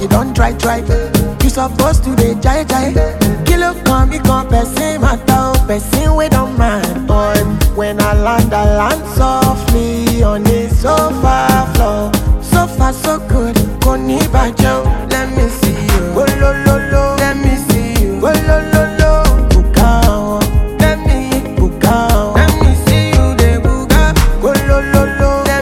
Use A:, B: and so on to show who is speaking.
A: you don't try, try. You supposed to be jai jai. Kilo come become person matter, person we don't mind. On when I land, I land softly on his own. Oh, oh. Oh,